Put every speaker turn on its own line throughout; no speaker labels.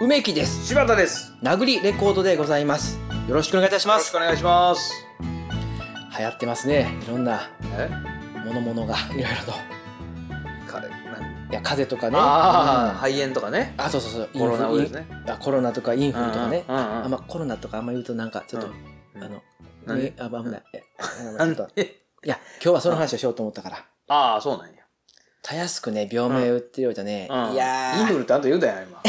梅木です
柴田です。よ
殴りレコードでございますよろしくお願いいたしま
ろし
す
くお願いします。
流行ってますねいろんな
え、
物々がいろいろと
か、ね、
いや風邪とかね
あ
う
あ、
ん
肺炎とかね。
あそうそうそう
コロナウイルスね。
インフルインあコロナとかインフルとかね
うんうんうんうん
あまあコロナとかあんま言うとなんかちょっと、
うん
あの
何
ねあ危ないえ
な
あの
ん
ちょっと
で
いや今日はその話をしようと思ったから
ああ、そうなんや。
たやすくね病名売ってるようじゃね、
うん
いや
イン
ー
ドルってあんた言うだよ、今。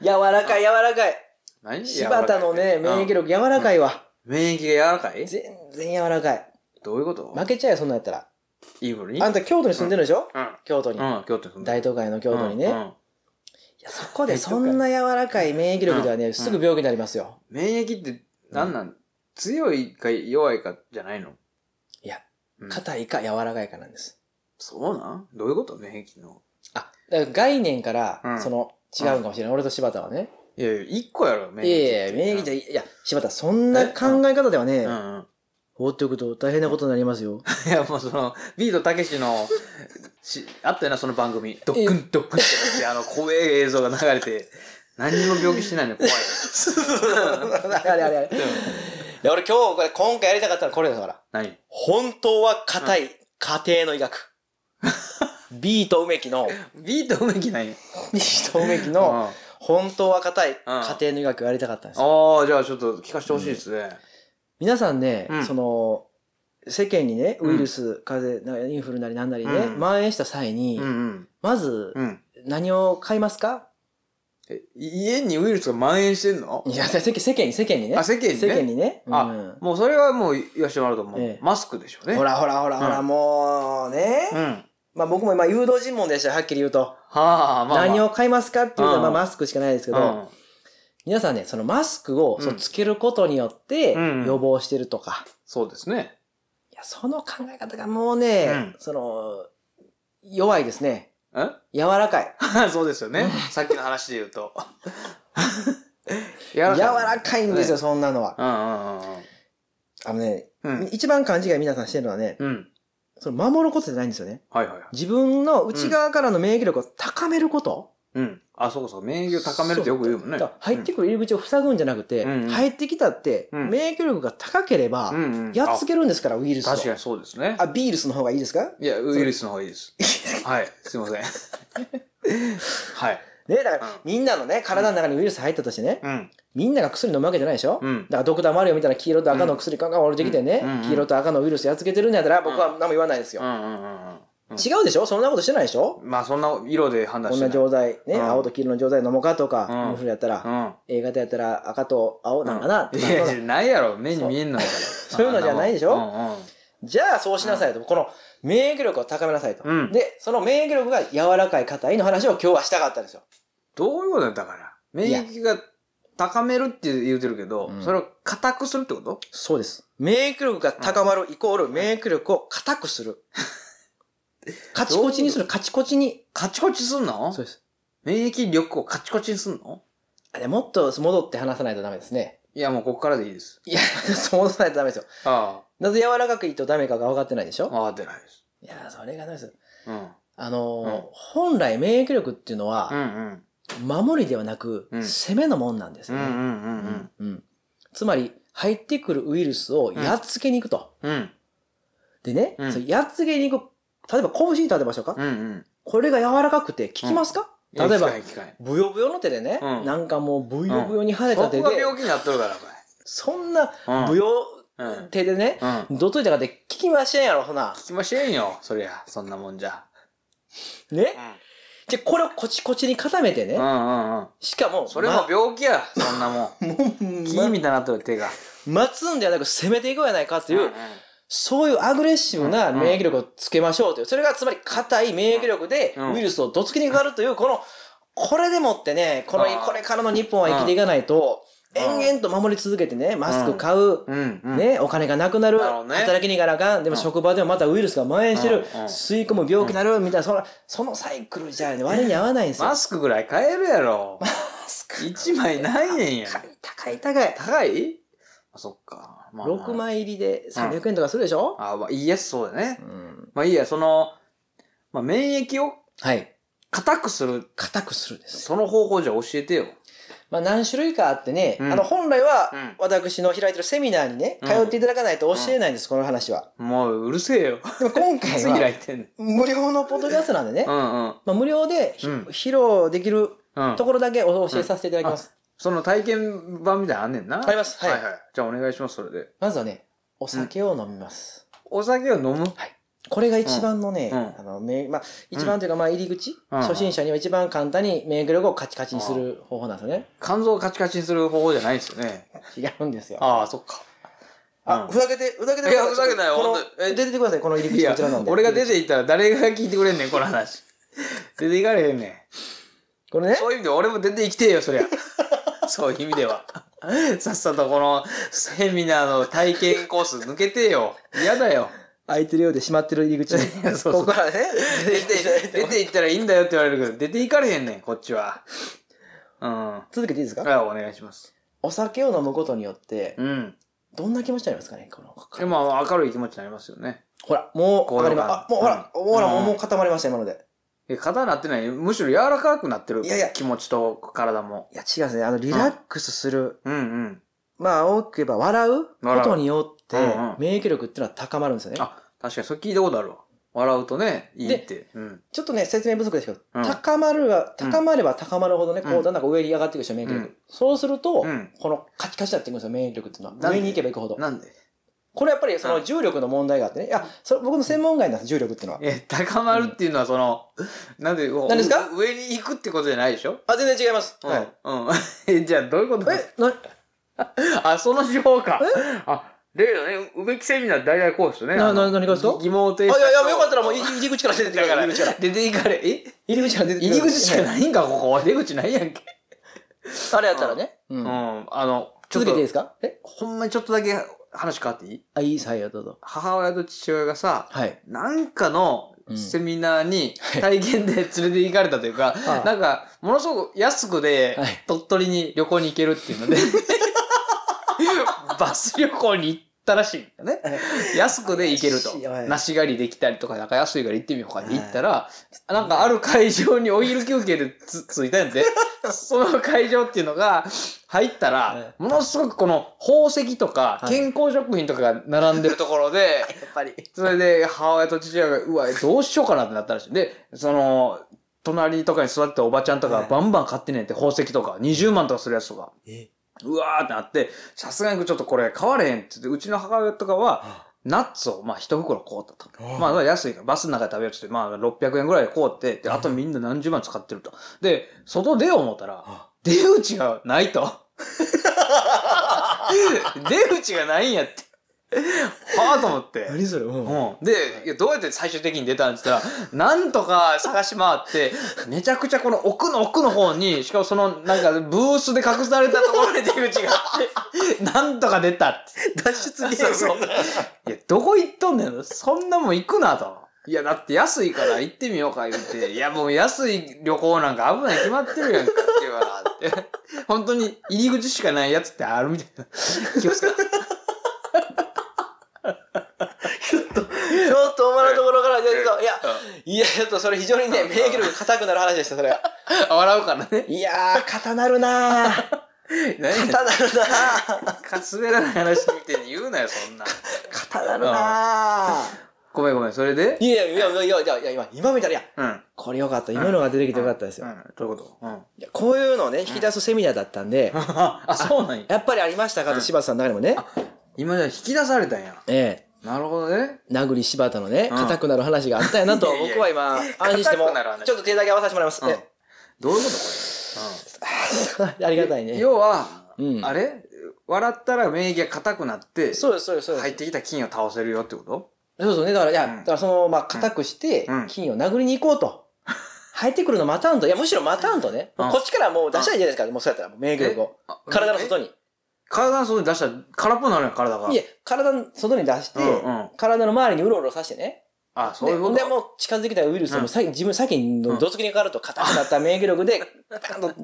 柔らかい柔らかい
何
柴田のね
柔らか
免
い
疫
うん
力柔らかいわ、
免疫が柔らかい
全然柔らかい
どういうこと
負けちゃえよそんなんやったら
インドルに
あんた京都に住んでるでしょ、
うん。
京都に、
うん、京都に住んで
大都会の京都にね、
うん
い
うん
やそこでそんな柔らかい免疫力ではね、
うん
すぐ病気になりますよ、
免疫って何なん強いか弱いかじゃないの
いや
うん
硬いか柔らかいかなんです
そうなんどういうこと免疫の。
あだから概念から、
うん
その違うかもしれない、俺と柴田はね
いやいや、一個やろ、免
い
疫
や
っ
い
て。
やいや免疫じゃいや柴田そんな考え方ではね、
うんうん。
放っておくと大変なことになりますよ、
いやもうそのビートたけしのしあったよなその番組ドックンドックンってなってあの怖い映像が流れて何にも病気してないの に怖い
あれあれあれで俺今日これ今回やりたかったのはこれだから
何
本当は硬い家庭の医 学 ビート梅木の
ビート梅木なんや
ビート梅木
うん
の
あ
本当は硬い家庭の医学をやりたかったんですよ
あじゃあちょっと聞かせてほしいですね、
皆さんね、
うん
その世間にね
うん
ウイルス、風邪なインフルなりなんなりね、
うん
蔓延した際に、
うんうん
まず
うん
何を買いますか、
え家にウイルスが蔓延してんの
いや世間世間に世間にね
あ世間にね
世間にね
あ
うん
もうそれはもう言わせてもらうともう、
ええ
マスクでしょうね
ほらほらほらほら、
うん
もうね、
うんは
まあ僕も今誘導尋問でしたよはっきり言うと、
あまあ、まあ、
何を買いますかっていうのは、
うん
まあ、マスクしかないですけど、
う
皆さんねそのマスクを、そう
うん
つけることによって
うん
予防してるとか、
ん、そうですね
いやその考え方がもうね、
うん
その弱いですね
え
柔らかい
そうですよねさっきの話で言 うと柔
柔
らかい
らかいんですよ、
ね
そんなのは。
うんうんうんうん
あのね、
うん。
一番勘違い皆さんしてるのはね、
うん。
その守ることじゃないんですよね。
はいはいはい。
自分の内側からの免疫力を高めること。
うん。あ、そうかそうか。免疫を高めるってよく言うもんね。
そだから入ってくる入り口を塞ぐんじゃなくて、
うんうん
入ってきたって、
うん
免疫力が高ければ、
うんうんうん。
やっつけるんですから、ウイル
あ
スを。
確かにそうですね。
あ、ビールスの方がいいですか
いや、ウイルスの方がいい です。はい。すいません。 はい。
ね、だから、
うん
みんなのね、体の中にウイルス入ったとしてね、
うん。
みんなが薬飲むわけじゃないでしょ、
う
だ
ん。
からドクターマリオみたいな黄色と赤の薬が降りてきてね、
うんうんうん
黄色と赤のウイルスやっつけてるんやったら僕は何も言わないですよ
う、んうんうんうん。
違うでしょそんなことしてないでしょ、
まあ、そんな色で判断
こ
し
ん
て
な
ない。
錠剤ね、
うん
青と黄色の錠剤飲もうかとか、
うん
インフルやったら、
うん。
A 型やったら赤と青なんかな、とか
いや
そ
いうや、
だ
ないやろ。目に見えんのやから。
そういうのじゃないでしょ
うんうん。
じゃあそうしなさいと、この免疫力を高めなさいと、
うん
でその免疫力が柔らかい硬いの話を今日はしたかったんですよ
どういうことだから。免疫が高めるって言うてるけど
う、ん
それを硬くするってこと
そうです免疫力が高まるイコール免疫力を硬くす るカチコチにするカチコチに
カチコチすんの
そうです
免疫力をカチコチにすんの
あでもっと戻って話さないとダメですね
いや、もうここからでいいです。
いや戻さないとダメですよ
あ
なぜ柔らかくいいとダメかが分かってないでし
あ、
ょ
ああ、出ないです。
いやそれがダメです
うん。
あのー
うん
本来免疫力っていうの
う
は、
んうん。
守りではなく、
うん
攻めのもんなんです
うん
よ
う
ね。
んう
うんうんつまり、入ってくるウイルスをやっつけに行くと。
うん。うん。
でね、
うん
それやっつけに行く、例えば拳に立てましょうか、
うんうん。
これが柔らかくて効きますか、
いや
例えば
機、械機械
ブヨブヨの手でね、
うん
なんかもうブヨブヨに跳ねた手
そ
で、
こが病気になっとるから、お
そんな
前。
ブヨ
うん
手でね、
うん。
どっといたかって効きませんやろ、ほな。
聞きましえんよ、そりゃ。そんなもんじゃ。
ね。じゃ、これをコチコチに固めて
う
ね、
んうんうん。
しかも、
それも病気や、そんなもん。
ま、もう
木みたいになっとる手が。
待つんではなく攻めていこうやないかという、
うんうん
そういうアグレッシブな免疫力をつけましょうという、それがつまり硬い免疫力で
うん
ウイルスをどつきにかかるという、この、これでもってね、この、
あー
これからの日本は生きていかないと、
うん
延々と守り続けてね、マスク買う、
うんうん。
ね、お金がなくなる、
なるほどね
働きに行かなあかん、でも
うん
職場でもまたウイルスが蔓延して
うん
る
うん、
吸い込む病気になる、みたいな、その、そのサイクルじゃね、割に合わないんですよ。
マスクぐらい買えるやろ。
ス
一枚何円や。
高い、高い、高い。
高いあそっか。まあまあ
6。枚入りで300円とかするでしょ
あ、まあ、いいや、そうだね。
うん。
まあいいや、その、まあ免疫を
はい。
硬くする、
硬くするです。
その方法じゃ教えてよ。
まあ何種類かあってね、
うん
あの本来は
うん
私の開いてるセミナーにね、
うん
通っていただかないと教えないんです、この話は。
もううるせえよ。
でも今
い
回
つ 開
はい
てんねん。
無料のポッドキャストなんでね、
うんうん。
まあ無料でひ、
うん
披露できる
うん
と。ころだけお教えさせていただきます。
その体験版みたいなのあんねんな。
ありますはい
はいはい。じゃあお願いします、それで。
まずはね、お酒を飲みます。
お酒を飲む
これが一番のね、
うん
あの、めまあ、一番というか、まあ、入り口、
うん
初心者には一番簡単に免疫力をカチカチにする方法なんですよね。
肝臓をカチカチにする方法じゃないんですよね。
違うんですよ。
ああ、そっか。
あ、
うん
ふざけて、ふざけて
いやふざけないよ
この
ほんとえ
出ててください、この入り
い
口
や
こちらなん、で。
俺が出ていったら誰が聞いてくれんねん、この話。出ていかれへんね
これね
ん。、そういう意味で俺も出ていきてえよ、そり ゃ。そういう意味では。さっさとこのセミナーの体験コース抜けてえよ。嫌だよ。
開いてるようで閉まってる入り口に。
やそうそ
こ
う
こからね、
出て、 出ていったらいいんだよって言われるけど、出ていかれへんねん、こっちは。うん。
続けていいですか
はい、お願いします。
お酒を飲むことによって、
うん。
どんな気持ちになりますかねこの
でも、明るい気持ちになりますよね。
ほら、もう、
高
わかり
揚感
ます。あ、もうほら、
うん
ほら、もう
うん
もう固まりました、今ので。
え、肩なってない。むしろ柔らかくなってる。
いやいや
気持ちと体も。
いや、違うんですね。あの、リラックスする、
うんうん。
まあ、大きく言えば笑うこ
笑う
とによって
うんうん、
免疫力っていうのは高まるんですよね。
あ、確かに、それ聞いたことあるわ。笑うとね、いいって。うん。
ちょっとね、説明不足ですけど、
うん
高まるは、
うん
高まれば高まるほどね、こ
う
う、
ん
だんだんこう上に上がっていくでしょ、免疫
う
力
ん。
そうすると
うん、
このカチカチになっていくんですよ、免疫力っていうの
な
は。
んで
上に行けば行くほど。
なんで
これやっぱりそうの
ん
重力の問題があってね。いや、それ僕の専門外なんです、重力っていうのは。
え、高まるっていうのは、その、なんで、
何ですか
う上に行くってことじゃないでしょ
あ、全然違います。
うん
はい。。
うん。 え、じゃあ、どういうこと
え、な、
あ、その手法か。あ、例のね、うべきセミナー大体こうですよね。
な
あの
な何がですか
疑問を提
あ、いやいや、よかったたらもう入り入り口から出てって
だ
くださ
から、
い入り口から。
出ていかれ、え
入り口から出て
入り口しかないんか、ここ。出口ないやんけ。
い。あれやったらね。う。
うんん。あの、ちょ
続
っ
け
と
ていい、ですかえ
ほんまにちょっとだけ話変わっていい
あ、いいです。はい、どうぞ。
母親と父親がさ、
はい。
なんかの
うん
セミナーに
はい
体験で連れて行かれたとい うか、
ああ
なんか、ものすごく安くで
はい、
鳥取に旅行に行けるっていうので、 バス旅行に行ったらしいんだね。 安くで行ける
はい
と。梨狩りできたりとか、なんか安いから行ってみようかって行ったら、なんかある会場にお昼休憩でつついた んで、その会場っていうのが、入った
え
ら、ものすごくこの宝石とか
はい
健康食品とかが並んでるところで、
やっぱり。
それで母親と父親が、うわ、どうしようかなってなったらしい。で、その、隣とかに座ってたおばちゃんとか
はい
バンバン買ってねんって宝石とか、20万とかするやつとか。
え
うわーってなって、さすがにちょっとこれ買われへんって言って、うちの母親とかは、ナッツを、まあ、一袋買うたと。
ああ
まあ、安いから、バスの中で食べようって言って、まあ、600円ぐらいで買うて、で、あとみんな何十万使ってると。で、外出よう思ったら
あ、
出口がないと。 出口がないんやって。はぁと思って。
何それうん。
うん、で、いやどうやって最終的に出たんですか なんとか探し回って、めちゃくちゃこの奥の奥の方に、しかもそのなんかブースで隠されたところに出口があって、 なんとか出たって。
脱出ゲー
そう
ム。
そう。いや、どこ行っとんねん。そんなもん行くなと。いや、だって安いから行ってみようか言うて、いや、もう安い旅行なんか危ない決まってるやんかっていうからって。本当に入り口しかないやつってあるみたいな。気をつけ て
ちょっとお前のところから出てと、いや、いや、ちょっとそれ非常にね、免疫力硬くなる話でした、それは。
笑うからね。
いやー、硬なるなー。
何 や
硬なるなー。
かすべらない話みたいに言うなよ、そんな。
硬なるな
ごめんごめん、それで
ー。いやいや、いや、いや、いや、いや今、今見たら、いや、
うん。
これよかった。今のが出てきてよかったですよ
う。ん、どういうこと うん。
いやこういうのをね、引き出すセミナーだったんで、
あ、そうなんや。
やっぱりありましたかと柴田さんの中にもね、
今じゃ引き出されたんや。
ええ、
なるほどね。
殴り柴田のね、
うん
硬くなる話があったやなと、
いやいやいや
僕は今、安心しても
硬くなる、話
ちょっと手だけ合わさせてもらいます。
うん
え
どういうことこ
えあり
れ。
がたいね。
要は、
うん
あれ笑ったら免疫が硬くなって、
そうです、そうです、そうです
入っ。てきた菌を倒せるよってこと
そうそうね。だから、いや、
うん
だからその、まあ、硬くして
うん、
金を殴りに行こうと。入ってくるの待たんと。いや、むしろ待たんとね。
うん
こっちからもう出したらいいじゃないですか。もうそうやったら、もう免疫力を。
あ
体の外
え
に。
体の外に出したら空っぽになるやん、体が。
いえ、体の外に出して
うん、うん。
体の周りにうろうろさしてね。
あ、そう
で、
いうこ
ほん
と
でもう近づいてきたウイルス
う
も
ん
先、自分先にのどつきにかかると硬くなった免疫力で、バーンと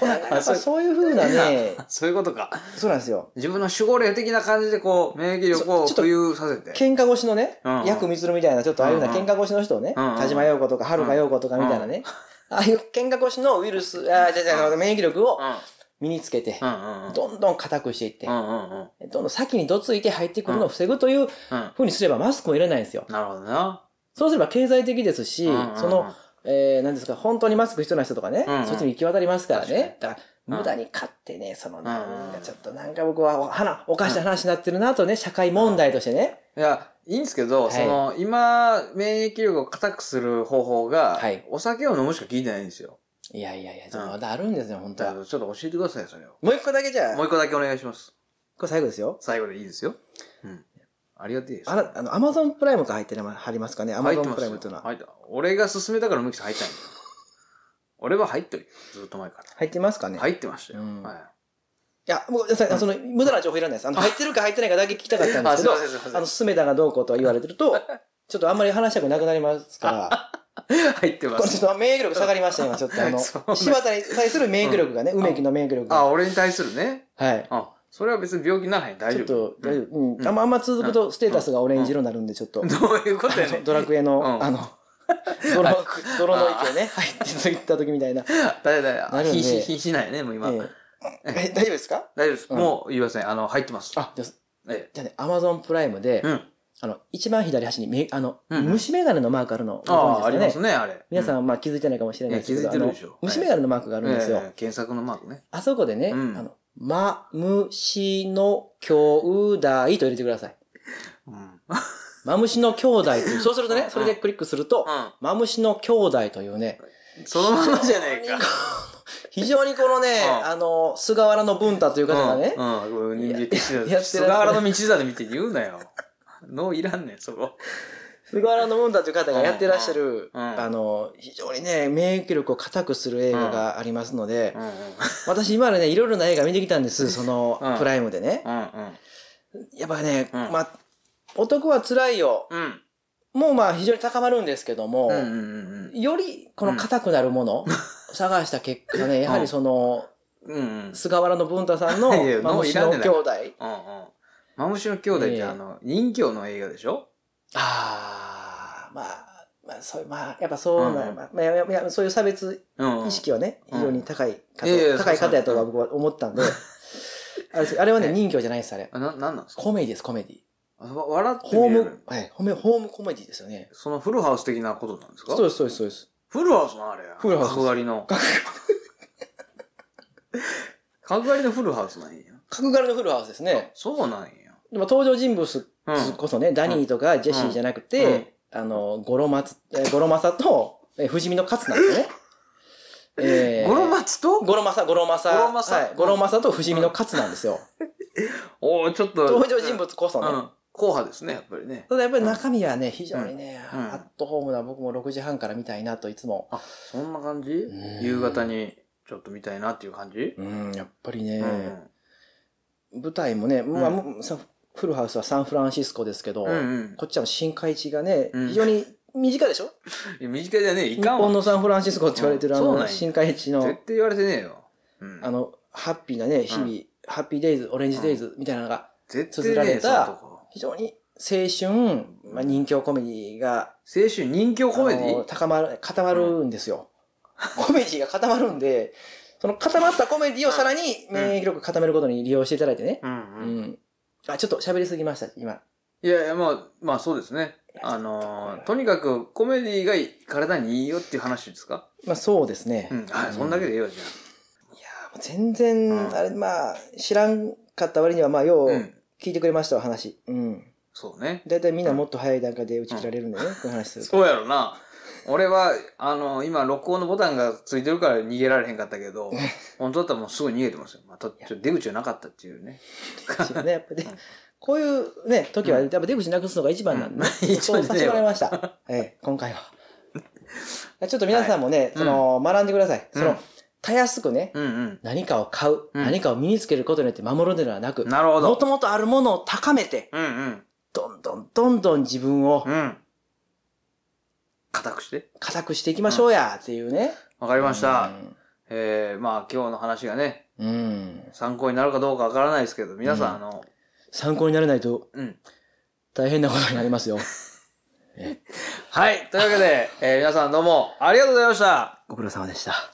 ほらやっぱ
そう
そういうふうな ね、
そういうことか。
そうなんですよ。
自分の守護霊的な感じでこう、免疫力を
ちょっと
浮遊させて。
喧嘩越しのね
うんうん、
ヤクミツルみたいな、ちょっとああいうような
うんうん
喧嘩越しの人をね、
うんうん
田島陽子とか、遥陽子とかみたいなね、ああいう喧嘩越しのウイルス、あーじゃあじゃあ免疫力を
うん。
身につけて
う、んうんうん。
どんどん硬くしていって
う、んうんうん。
どんどん先にどついて入ってくるのを防ぐという
うん。
ふうにすればマスクもいらないんですよ。
なるほどな。
そうすれば経済的ですし、
うんうんうん
その、、えー、なんですか、本当にマスク必要な人とかね、
うんうん
そっちに行き渡りますからね。だから、
うん
無駄に買ってね、その、
ん
なんかちょっとなんか僕はお、花、おかしな話になってるなとね、社会問題としてね。
いや、いいんですけど、
はい
その、今、免疫力を硬くする方法が、
はい
お酒を飲むしか聞いてないんですよ。
いやいやいや、ちょっ
う
と
ん
まだあるんですよ、本
ち
当
ょ
は。
っ
も
と教えてください、それを。
う一個だけじゃあ、
もう一個だけお願いします。
これ最後ですよ。
最後でいいですよ。うん。ありがてえです。
あら、あの、アマゾンプライムが入ってる入りますかね、アマ
入っ
ゾ
て
ン
ま
プ
す
ライ
よ
ムというのは。
入った。俺が勧めたから無キさん入ったんよ。俺は入っとるよ。ずっと前か。
入ってますからね。い
入ってましたよ。
うん
はい。
や、もう、さその、無駄な情報いらないです。あの、入ってるか入ってないかだけ聞きたかったんですけど、
あすいませんすい
あ
ま
の、スメダがどうこうとは言われてると、ちょっとあんまり話したくなくなりますから。
せん。入ってま
これち
す。
ょっと免疫力下がりました、今、ちょっとあの、
そうね
柴田に対する免疫力がね、
ん
梅木の免疫力が。
あ、俺に対するね。
はい。
あ、それは別に病気にならへん。大
ち
丈
ょっ
夫。
と、大丈
夫。
夫。うん。あんま、あんま続くと、ステータスがオレンジ色になるんで、ちょっと、
どういうことやねん。
ドラクエ
う
の、
ん
あの、 泥の、泥の池をね、 入って行った時みたいな。え
だいだ
なるんで
瀕死、瀕死ないね、もう今。
ええ、大丈夫ですか
大丈夫です。
うん
もう言いません。あの、入ってます。
あ、じゃあ
え
じゃあね、アマゾンプライムで
え。う、ん。
あの、一番左端にめ、あの、
うん
虫眼鏡のマークあるの、ご
ああ、あ
存知
り
で
ますす
かね。
ね、あれ。
皆さ、
うん
まあ、気づいてないかもしれないですけ
い
ど、
や気づいてるでし
あ
ょ
の
はい
虫眼鏡のマークがあ
あ
るんですよ。
検索のマークね。
あそこでね、
うん
あの、ま、むしの兄弟と入れてください。
うん。
まむしの兄弟という。そうすると
う
ね
ん、
それでクリックすると、まむしの兄弟というね、
そのままじゃねえか。
非常にこのね、
うん
あの、菅原の文太という方がね、
うん。うん。
や
言って
やってらっしゃる
菅原の道真見て言うなよ。のいらんねん、そこ。
菅原の文太という方がやってらっしゃる、
うんうん
あの、非常にね、免疫力を固くする映画がありますので、
うんうん。
私今までね、いろいろな映画見てきたんです、その、
うん
プライムでね。
うんうん。
やっぱね、
うん
まあ、男は辛いよ、
うん。
もうまあ非常に高まるんですけども、
うんうんうん
よりこの硬くなるものを探した結果ね、やはりその、
うん。うんうん。
菅原の文太さんの、
いやいや
まあ、
もうい
虫
らん
の
ねん
兄弟。
うんうん。マムシの兄弟っ
え
て
え
あの、人形の映画でしょ
ああ、まあ、まあ、そういう、まあ、やっぱそうな、
うん
まあまあややそういう差別
うんうん。
意識はね、
うん
非常に高い方、
いやいや
高い
そうそう
方やとは僕は思ったんで、あれですあれは ね、
ええ
人形じゃないです、あれ。
あな、なんなんですか
コメディです、コメディ。
あわ笑って
ホー
見れる
ム、はい、ホーム、ホームコメディですよね。
そのフルハウス的なことなんですか
そうです、そうです、そうです。
フルハウスのあれや。
フルハウス
角刈りの。 角刈りのフルハウスなんや。
角刈りのフルハウスですね。
そうなんや。
でも登場人物
うん。
こそね、ダニーとかジェシーじゃなくて、あの、ゴロマツ、えーゴロマサと、えー、藤見の勝なん ですよね。えー
ゴロマツと
ゴロマサ、ゴロマサ。
ゴロマサ
はいゴロマサと藤見の勝なんですよ。
おおちょっと。
登場人物こそ
う
ね。
ん。硬派ですね、やっぱりね。
ただやっぱり中身はね、非常にね、
うんうん
アットホームな僕も6時半から見たいなといつも。
あ、そんな感じ
ん
夕方にちょっと見たいなっていう感じ
うん、やっぱり
う
ね
ん。、うん
舞台もね、まあ、
うん
もうさフルハウスはサンフランシスコですけど、
うん
こっちは深海地がね、
うん
非常に短いでしょ、
いや。短いじゃねえ、い
日
かんわ。
本の
絶
サンフランシスコって言われてるあ
うんそうなん
の、
や
深海地の。
対言われてねえよ。うん
あ、の、ハッピーなね、日々、ハッピーデイズ、オレンジデイズみたいなのが、
絶対
綴ら
ね
れ
え、
た
そのとこ
非常に青春、まあ、人形コメディが、
青春人形コメデ
あの
ィ
高まる、固まるんですよ。コメディが固まるんで、その固まったコメディをさらに
ん
免疫力固めることに利用していただいてね。
うん
う
うん。
ん。あ、ちょっと喋りすぎました、今。
いやいや、まあ、まあそうですね。あのーとにかくコメディが体にいいよっていう話ですか
まあそうですね。
うん。あ、
う
そんだけでええよ、じゃ
いやーもう全
うん
然、あれ、まあ、知らんかった割には、まあ、よ
あ。
う
うん。
聞いてくれましたわ、話。うん。
そうね。
だいたいみんなもっと早い段階で打ち切られるんでね、こういう話すると。
そうやろな。俺は、あの、今、録音のボタンがついてるから逃げられへんかった けど、本当だったらもうすぐ逃げてますよ。まあ、とちょっと出口はなかったっていうね。
ですよね。やっぱで
うん、
こういうね、時は、やっぱ出口なくすのが一番なんで、
うん一
そ
番
う
ね
させてもらいました。ええ、今 回は。ちょっと皆さんもね、その、学んでください。そ
うん
の、たやすくね、
うんうん。
何かを買う、
うん
何かを身につけることによって守るのではなく、
なるほ
も
ど。
ともとあるものを高めて、
うんうん。
どんどんどんどん自分を
うん。固くして。
固くしていきましょうや、っていうね。
わかりました。
うん
ええー、まあ今日の話がね、
うん。
参考になるかどうかわからないですけど、皆さん、あの、
参考にならないと
うん。
大変なことになりますよ。
はい。というわけで、えー皆さんどうもありがとうございました。
ご苦労様でした。